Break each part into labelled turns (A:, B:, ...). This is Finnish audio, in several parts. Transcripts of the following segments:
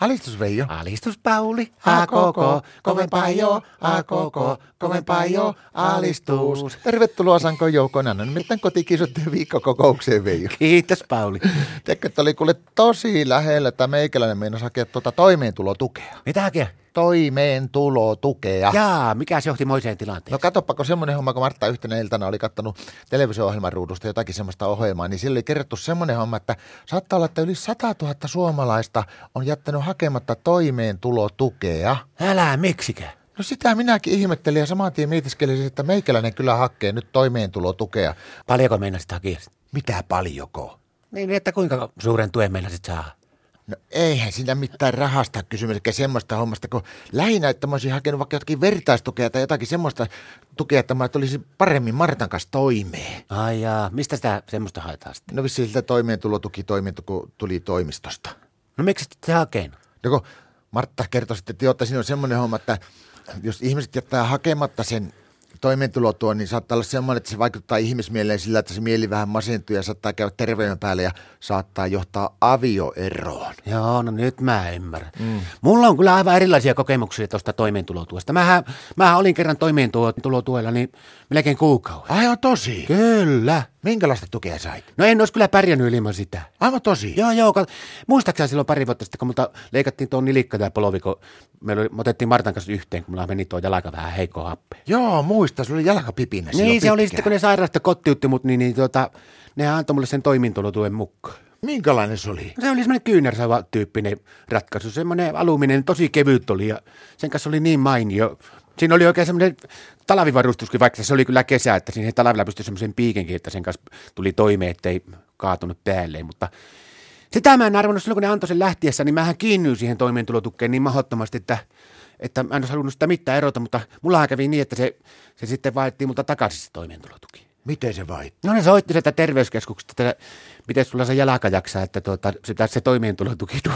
A: Alistus Veijo.
B: Alistus Pauli,
A: A koko, kovempaa jo, a koko, kovempaa jo, alistus. Tervetuloa Sanko Joukona, no nimittäin kotikisottiin viikkokokoukseen Veijo.
B: Kiitos Pauli.
A: Tiedätkö, että oli kuule tosi lähellä, että meikäläinen meinasi hakea tuota toimeentulotukea.
B: Mitä hakea? Ah.
A: Toimeentulotukea.
B: Jaa, mikä se johti moiseen tilanteeseen?
A: No katoppa, kun semmoinen homma, kun Martta yhtenä iltana oli kattanut televisio-ohjelman ruudusta jotakin semmoista ohjelmaa, niin sillä oli kerrottu semmoinen homma, että saattaa olla, että yli 100 000 suomalaista on jättänyt hakematta toimeentulotukea.
B: Älä miksikä.
A: No sitä minäkin ihmettelin ja saman tien mietiskelin, että meikäläinen kyllä hakee nyt toimeentulotukea.
B: Paljonko meinasit hakea?
A: Mitä paljoko?
B: Niin, että kuinka suuren tuen meinasit saada?
A: No eihän siinä mitään rahasta ole kysymys, eikä semmoista hommasta, kun lähinnä, että mä olisin hakenut vaikka jotakin vertaistukea tai jotakin semmoista tukea, että mä tulisin paremmin Martan kanssa toimeen.
B: Ai jaa, mistä sitä semmoista haetaan sitten?
A: No vissiin siltä toimeentulotuki toiminto, kun tuli toimistosta.
B: No miksi et sitä hakenut?
A: No kun Martta kertoi sitten, että, joo, että siinä on semmoinen homma, että jos ihmiset jättää hakematta sen toimeentulotuon, niin saattaa olla semmoinen, että se vaikuttaa ihmismieleen sillä, että se mieli vähän masentuu ja saattaa käydä terveyden päälle ja saattaa johtaa avioeroon.
B: Joo, no nyt mä ymmärrän. Mm. Mulla on kyllä aivan erilaisia kokemuksia tuosta toimeentulotuosta. Mähän, mähän olin kerran toimeentulotuella niin melkein kuukauden.
A: Aivan tosi.
B: Kyllä.
A: Minkälaista tukea sait?
B: No en olisi kyllä pärjännyt ilman sitä.
A: Aivan tosi.
B: Joo, joo. Kat... Muistaakseni silloin pari vuotta sitten, kun multa leikattiin tuon nilikka tai poloviko, me, oli, me otettiin Martan kanssa yhteen, kun mulla meni tuo jalka vähän heikko happe.
A: Joo, muista, sulla oli jalkapipinä
B: Niin,
A: silloin
B: se oli
A: pitkään.
B: sitten, kun ne sairaasta kotiutti mut, niin, niin tota, ne antoi mulle sen toimintolotuen mukaan.
A: Minkälainen se oli?
B: No Se oli semmoinen kyynärsävä tyyppinen ratkaisu, semmoinen aluminen, tosi kevyt oli ja sen kanssa oli niin mainio. Siinä oli oikein semmoinen talvivarustuskin, vaikka se oli kyllä kesä, että siihen talvella pystyi semmoisen piikenkin, että sen kanssa tuli toimeen, ettei kaatunut päälle, mutta sitä mä en arvannut silloin, kun ne antoi sen lähtiessä, niin mähän kiinnyin siihen toimeentulotukeen niin mahdottomasti, että, että mä en olisi halunnut sitä mitään erota, mutta mullahan kävi niin, että se, se sitten vaettiin multa takaisin se toimeentulotuki.
A: Miten se vai?
B: No ne soitti sieltä terveyskeskuksesta, että miten sulla se jalka jaksaa, että tuota, sitä se toimeentulotuki tuo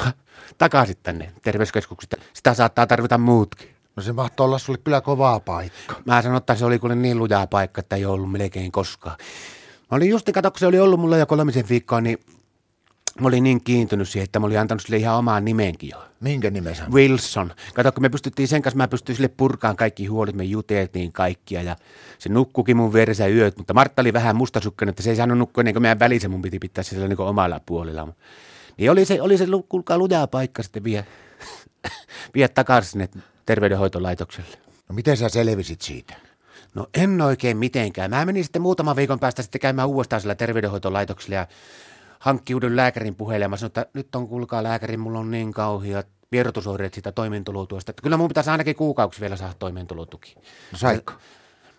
B: takaisin tänne terveyskeskuksesta. Sitä saattaa tarvita muutkin.
A: No se mahtoi olla sulle kyllä kovaa paikka.
B: Mä sanon, että se oli kuule niin lujaa paikka, että ei ole ollut melkein koskaan. Mä olin just, kato, kun se oli ollut mulla jo kolmisen viikkoa, niin mä olin niin kiintynyt siihen, että mä olin antanut sille ihan omaan nimenkin jo.
A: Minkä nimen sä?
B: Wilson. Kato, kun me pystyttiin sen kanssa, mä pystyin sille purkaan kaikki huolet, me juteltiin kaikkia ja se nukkukin mun vieressä yöt, mutta Martta oli vähän mustasukkainen, että se ei saanut nukkua ennen kuin meidän välissä, mun piti pitää se sillä niin kuin omalla puolella. Niin oli se, oli se lu- kuulkaa lujaa paikka sitten vie, vie takaisin sinne terveydenhoitolaitokselle.
A: No miten sä selvisit siitä?
B: No en oikein mitenkään. Mä menin sitten muutaman viikon päästä sitten käymään uudestaan sillä terveydenhoitolaitoksella ja hankkiudun lääkärin puheelle. Ja Mä sanoin, että nyt on kuulkaa lääkäri, mulla on niin kauhea vierotusoireet sitä toimeentulotuosta. Että kyllä mun pitäisi ainakin kuukausi vielä saada toimeentulotuki.
A: No saikko?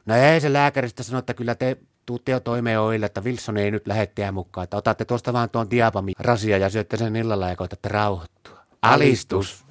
B: No ei se lääkäristä sanoi, että kyllä te tuutte jo toimeen oille, että Wilson ei nyt lähde teidän mukaan. Että otatte tuosta vaan tuon diabami rasia ja syötte sen illalla ja koetatte rauhoittua. Alistus.